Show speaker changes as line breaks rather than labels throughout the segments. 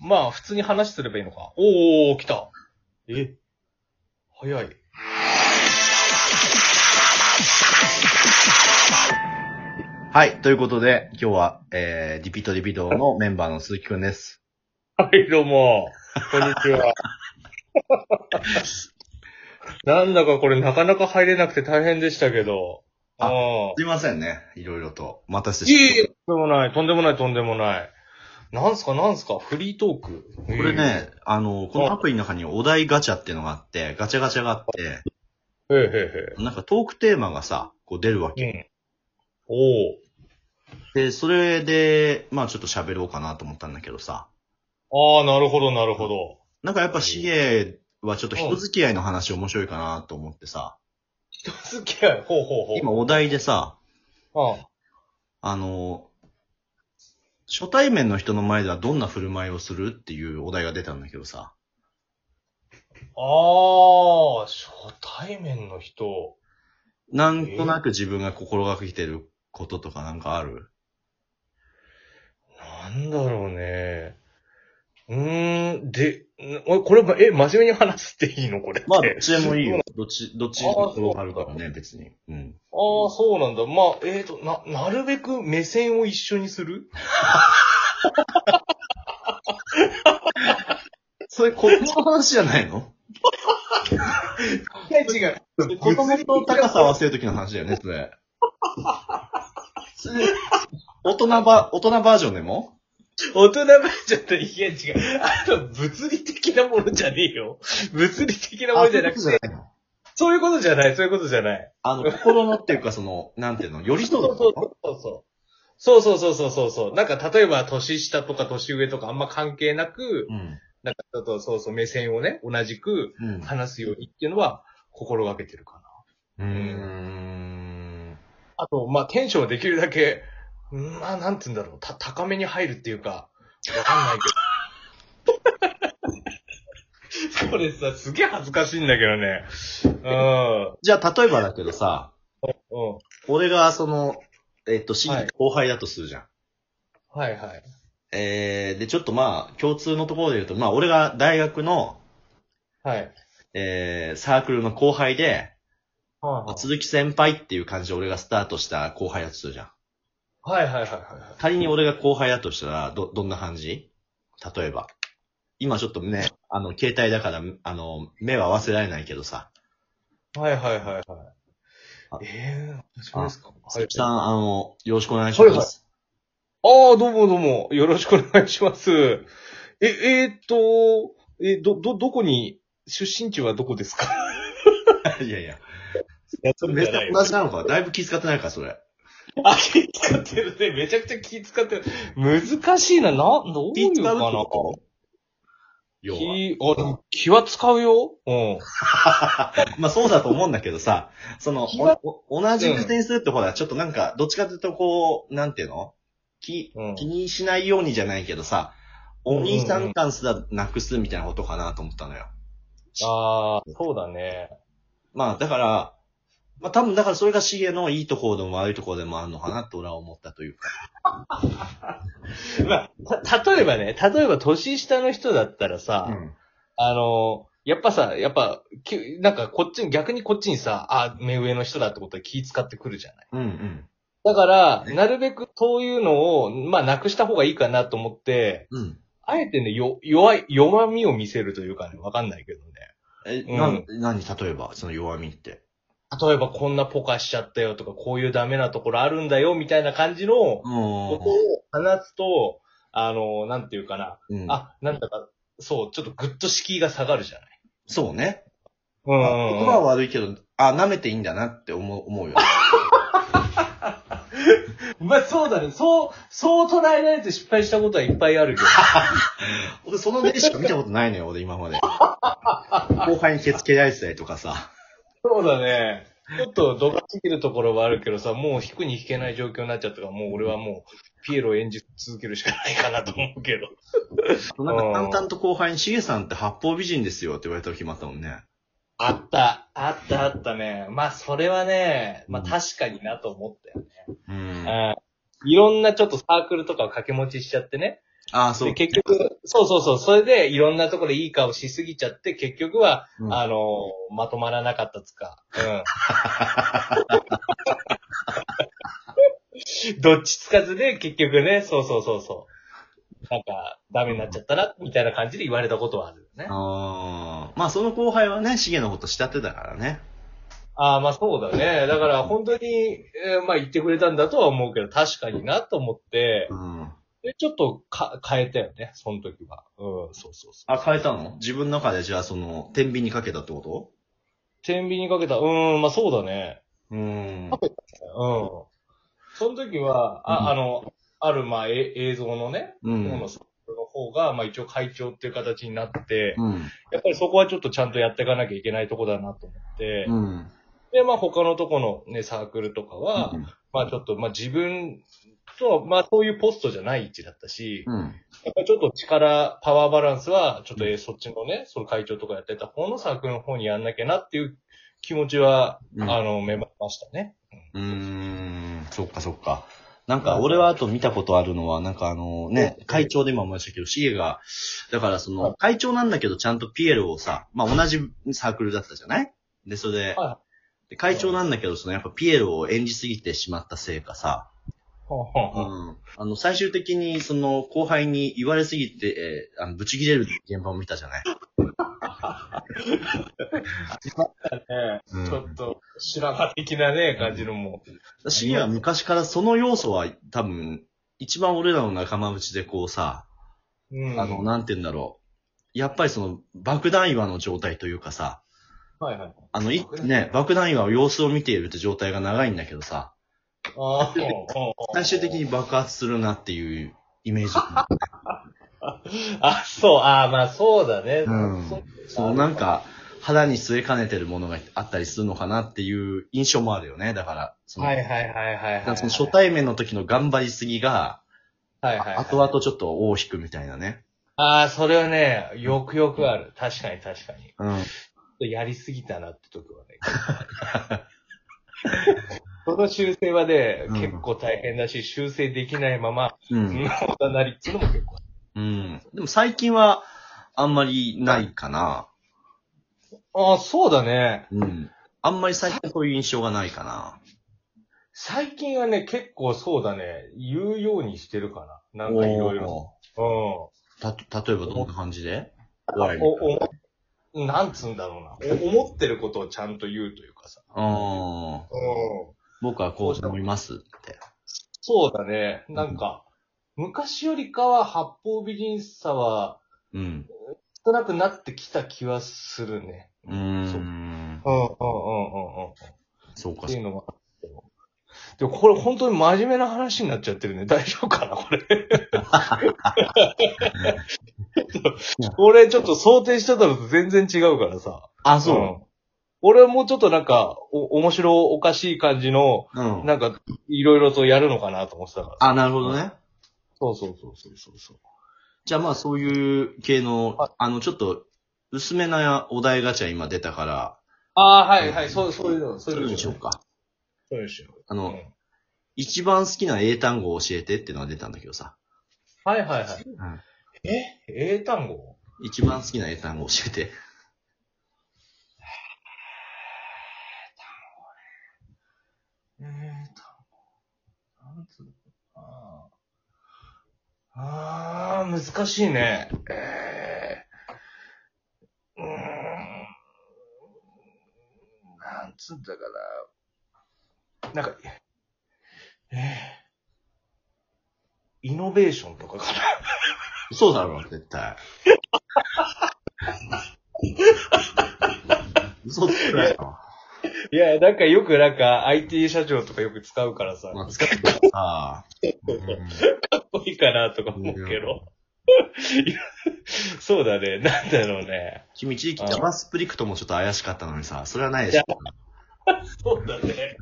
まあ、普通に話すればいいのか。おー、来た。え早い。
はい。ということで、今日は、えー、リピートリピートのメンバーの鈴木くんです。
はい、どうも。こんにち は。なんだかこれなかなか入れなくて大変でしたけど。
あ
うん。
すいませんね。いろいろと。待たせて
いえいえ
し
とんでもない、とんでもない、とんでもない。なんすか、なんすか、フリートーク。
まったこれね、あの、このアプリの中にお題ガチャっていうのがあって、ガチャガチャがあって、
ええ。へ
なんかトークテーマがさ、こう出るわ
えへ
け。
え。うん。おー。
で、それで、まあちょっと喋ろうかなと思ったんだけどさ、
ああ、なるほど、なるほど。
なんかやっぱシゲはちょっと人付き合いの話面白いかなと思ってさ、
人付き合い。ほうほうほう。
今お題でさ、
あ
あの、初対面の人の前ではどんな振る舞いをするっていうお題が出たんだけどさ、
あー、初対面の人。
なんとなく自分が心がけてることとかなんかある
なんだろうね。うーん、で、んおいこれ、え、真面目に話していいのこれって。
まあ、どっちでもいいよ。どっち、どっちでも転がるから
あ
ね、別に。うん。
ああ、そうなんだ。まあ、えっ、と、な、なるべく目線を一緒にする
それ、この話じゃないの
いや、違う。
言葉の高さを合わせるときの話だよね、それ。それ大人ば、大人バージョンでも
大人ばっちゃった。いや、違う。あの、物理的なものじゃねえよ。物理的なものじゃなくて、
ないの。
そういうことじゃない、そういうことじゃない。
あの、心のっていうか、その、なんていうの、寄り添う
そう
の
そうそうそう。そうそうそうそうそうそう。なんか、例えば、年下とか年上とかあんま関係なく、
うん。
なんか、ちょっと、そうそう、目線をね、同じく
うん。
話すようにっていうのは、心がけてるかな。
うーん。
あと、まあ、テンションをできるだけ、うんまあ、なんつうんだろう、た、高めに入るっていうか、わかんないけど。これさ、すげえ恥ずかしいんだけどね。
じゃあ、例えばだけどさ、
うん。うん。
俺が、その、えっと、新
はい
規後輩だとするじゃん。
はいはい。
えー、で、ちょっとまあ、共通のところで言うと、まあ、俺が大学の、
はい。
えー、サークルの後輩で、
は
鈴木先輩っていう感じで俺がスタートした後輩だとするじゃん。
いはいはいはいは
仮に俺が後輩だとしたら、ど、どんな感じ例えば。今ちょっとね、あの、携帯だから、あの、目は合わせられないけどさ。
い。はいはいはい
あ
はい。ええー、そうですか。はい
鈴木さん、あの、よろしくお願いします。
はいはいああ、どうもどうも。よろしくお願いします。え、えーっと、え、ど、ど、どこに、出身地はどこですか
いやいや。
いや、
それめっちゃ同じなのか。だいぶ気遣ってないか、それ。
あ、気使ってるね。めちゃくちゃ気使ってる。難しいな。な、どういう
気遣う
か
って
な。
こと要は。
気、あ、でも気は使うよ。うん。
まあそうだと思うんだけどさ、その、おお同じ目線にするってほら、ちょっとなんか、どっちかというとこう、なんていうの気
うん、
気にしないようにじゃないけどさ、お兄さん感すらなくすみたいなことかなと思ったのよ。
ああ、そうだね。
まあだから、まあ多分だからそれがシゲのいいところでも悪いところでもあるのかなって俺は思ったというか。
まあ、た、例えばね、例えば年下の人だったらさ、
うん。
あの、やっぱさ、やっぱ、きなんかこっちに、逆にこっちにさ、あ、目上の人だってことは気使ってくるじゃない。
うんうん。
だから、なるべくそういうのを、まあ、なくした方がいいかなと思って、
うん。
あえてね、よ、弱い、弱みを見せるというかね、わかんないけどね。
え、
うん
なん、何例えば、その弱みって。
例えばこんなポカしちゃったよとか、こういうダメなところあるんだよ、みたいな感じのこ
うん
とを話すと、あの、なんていうかな。
うん。
あ、なんだか、そう、ちょっとぐっと敷居が下がるじゃない。
そうね。
う
まあ
ん
言葉は悪いけど、あ、舐めていいんだなって思う、思うよ。
まあそうだね。そう、そう捉えられて失敗したことはいっぱいあるけど。
俺、その例しか見たことないのよ、俺、今まで。 後輩にケツけられてたりとかさ。
そうだね。ちょっと度が過ぎるところはあるけどさ、もう引くに引けない状況になっちゃったから、もう俺はもう、ピエロを演じ続けるしかないかなと思うけど。
なんか、淡々と後輩に、しげさんって八方美人ですよって言われた時もあったもんね。
あった、あった、あったね。まあ、それはね、まあ、確かになと思ったよね。
うん。
うん。いろんなちょっとサークルとかを掛け持ちしちゃってね。
ああ、そ
で、
う。
結局、そうそうそう、それでいろんなところでいい顔しすぎちゃって、結局は、
うん
あの、まとまらなかったつか、うん。 どっちつかずで、結局ね、そうそうそうそう。なんか、ダメになっちゃったな、みたいな感じで言われたことはあるよね。
ああ。まあ、その後輩はね、シゲのこと慕ってたからね。
ああ、まあそうだね。だから本当に、えーまあ言ってくれたんだとは思うけど、確かになと思って、
うん。
で、ちょっとか変えたよね、その時は。うん、そうそうそう。
あ、変えたの自分の中でじゃあ、その、天秤にかけたってこと
天秤にかけた。うん、まあそうだね。
うー
うん。
ん。
その時は、あ、
うん
あの、ある、まあ、え映像のね、
う
方の
ん。
スタッフの方が、まあ一応会長っていう形になって、
うん。
やっぱりそこはちょっとちゃんとやっていかなきゃいけないとこだなと思って、
うん。
で、まあ他のとこのね、サークルとかは、まあちょっと、まあ自分とは、まあそういうポストじゃない位置だったし、
うん。
やっぱりちょっと力、パワーバランスは、ちょっとえーそっちのね、その会長とかやってた方のサークルの方にやんなきゃなっていう気持ちは、
うん
あの、芽生えましたね。
うーん。そっかそっか。なんか、俺はあと見たことあるのは、なんかあのね、会長で今思いましたけど、シゲが、だからそ
は
の
い、
会長なんだけど、ちゃんとピエロをさ、まあ同じサークルだったじゃないで、それで
は、
で会長なんだけど、そのやっぱピエロを演じすぎてしまったせいかさ、
ほうほうほう
うんあの、最終的に、その、後輩に言われすぎて、えーあの、ぶち切れる現場を見たじ ゃない。
ね
うん
ちょっと、白髪的なね、感じのも
私には昔からその要素は多分、一番俺らの仲間内でこうさ、
う。うん。
あの、なんて言うんだろう。やっぱりその、爆弾岩の状態というかさ、
はいはい。
あの、い
爆弾
ね、爆弾岩を様子を見ているって状態が長いんだけどさ、
あー
最終的。に爆発するなっていうイメー ジ。
あ、そう、ああ、まあそうだね。
うん
そう
そう、なん。か、肌に据えかねてるものがあったりするのかなっていう印象もあるよね。だから、その
はいはいはいはいはい。
なんかその初対面の時の頑張りすぎが、
はいはいはい。
後々ちょっと尾を引くみたいなね。
ああ、それはね、よくよくある。確かに確かに。ち
うん。
ょっとやりすぎたなって時はね。 その修正はね、
うん
結構大変だし、修正できないまま、
う。
うんん、大なりっていうのも結構ある。
うん。でも最近は、あんまりないかな。
ああ、そうだね。
うん。あんまり最近そういう印象がないかな。
最近はね、結構そうだね、言うようにしてるかな。なんかいろいろ。うん。
た、例えばどんな感じで
お
怖い
おおなんつうんだろうな。お思ってることをちゃんと言うというかさ。
うん。
うん。
僕はこう思いますって。
そうだね。なんか、昔よりかは八方美人さは
うん。
少なくなってきた気はするね。
う
そううん
ん。
うんうんうんうん。
そうか
ってい。うのもあっても。でもこれ本当に真面目な話になっちゃってるね。大丈夫かなこ れ。これちょっと想定してたのと全然違うからさ。
あ、
ん
そ
俺はもうちょっとなんか、お、面白おかしい感じの、
う。うん。
なんか、いろいろとやるのかなと思ってたから。
あ、なるほどね。
そうそうそうそうそうそう。
じゃあまあそういう系の
はい、
あのちょっと薄めなお題ガチャ今出たから、
ああ、はいはい、そう、そういうの、そ
そうう
いうの
いうのにしようか。
そうでしょ。
あ
う
の、
ん。
一番好きな英単語を教えてってのが出たんだけどさ。
はいはいはい。え英単語
一番好きな英単語教えて。
英単語。なんつうのああー、難しいね。えー、うーん。なんつうんだから。なんか、えー、イノベーションとかかな。
そうだろう、絶 対。嘘つくなよ。
いや、なんかよくなんか IT 社長とかよく使うからさ
まあ、使ってたらさ、
かっこいいかなとか思うけど。いや そうだね。なんだろうね。
君一時期 JavaScript もちょっと怪しかったのにさ、それはないでしょ。
そうだ ね。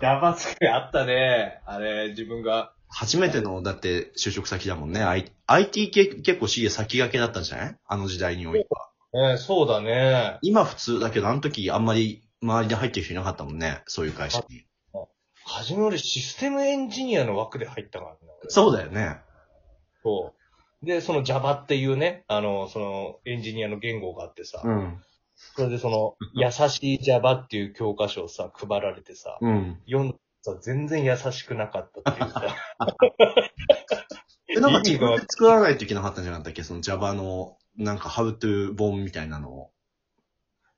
やばすぎあったね。あれ、自分が。
初めての、だって、就職先だもんね。I- IT 系結構 CA 先駆けだったんじゃないあの時代においては。
えそうだね。
今普通だけど、あの時あんまり周りで入ってる人いなかったもんね。そういう会社に。
初め俺システムエンジニアの枠で入ったからね。
そうだよね。
そう。で、その Java っていうね、あの、そのエンジニアの言語があってさ、
うん。
それでその、優しい Java っていう教科書をさ、配られてさ、
うん。
読んだら全然優しくなかったっていうさ、
え、なんか
意味
自
が
分で作らないといけなかったんじゃなかったっけその Java の、なんか How to 本みたいなのを。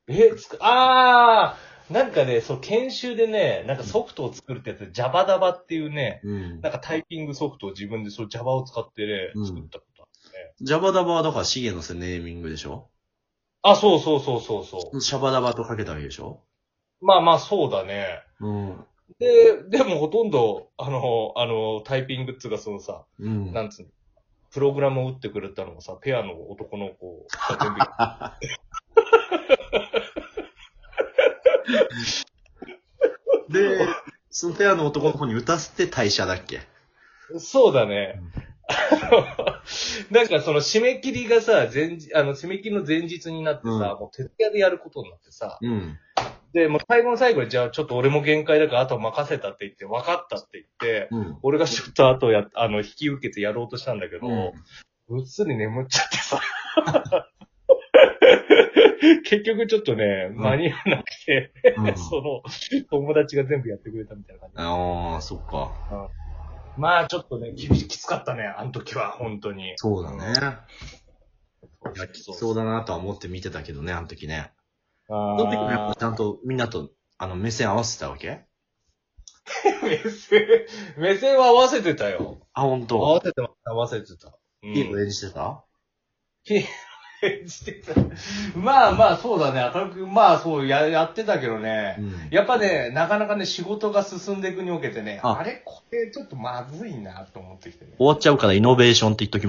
え、つく、あーなんかね、そう、研修でね、なんかソフトを作るってやつで、Java ダバっていうね、
うん
なんかタイピングソフトを自分で、そう Java を使って
う
ね、
ん
作ったことある。
Java ダバはだからシゲのせネーミングでしょ
あ、そうそうそうそうそ
シャバダバとかけたわけでしょ
う。まあまあ、そうだね。
うん。
で、でもほとんど、あの、あの、タイピングっつうか、そのさ、
うん。
なんつうの、プログラムを打ってくれたのもさ、ペアの男の 子が全部やっ
で、そのペアの男の子に打たせて退社だっけ
て、そうだね。なんかその締め切りがさ、前日、あの、締め切りの前日になってさ、
うん
もう徹夜でやることになってさ、
うん。
で、もう最後の最後で、じゃあちょっと俺も限界だから、あとは任せたって言って、分かったって言って、
うん。
俺がちょっと後や、あの、引き受けてやろうとしたんだけど、
うん
ぐっすり眠っちゃってさ。 結局ちょっとね、
うん
間に合わなくて、 その、友達が全部やってくれたみたいな感じ。
ああ、そっか。
まあちょっとね、厳しい、きつかったね、あの時は、本当に。
そうだね。
うん。
いや、きつそうだなとは思って見てたけどね、あの時ね。
あ
その時もやっぱちゃんとみんなと、あの、目線合わせてたわけ
ー目線、目線は合わせてたよ。
あ、ほん
合わ
と。
せてました、合わせてた。うん
いいの演じてた
してたまあまあ、そうだね。明るく、まあそうや、やってたけど
う
ね。
ん。
やっぱね、なかなかね、仕事が進んでいくにおけてね、
あ
あれこれちょっとまずいなと思ってきてね。
終わっちゃうからイノベーションって言っときます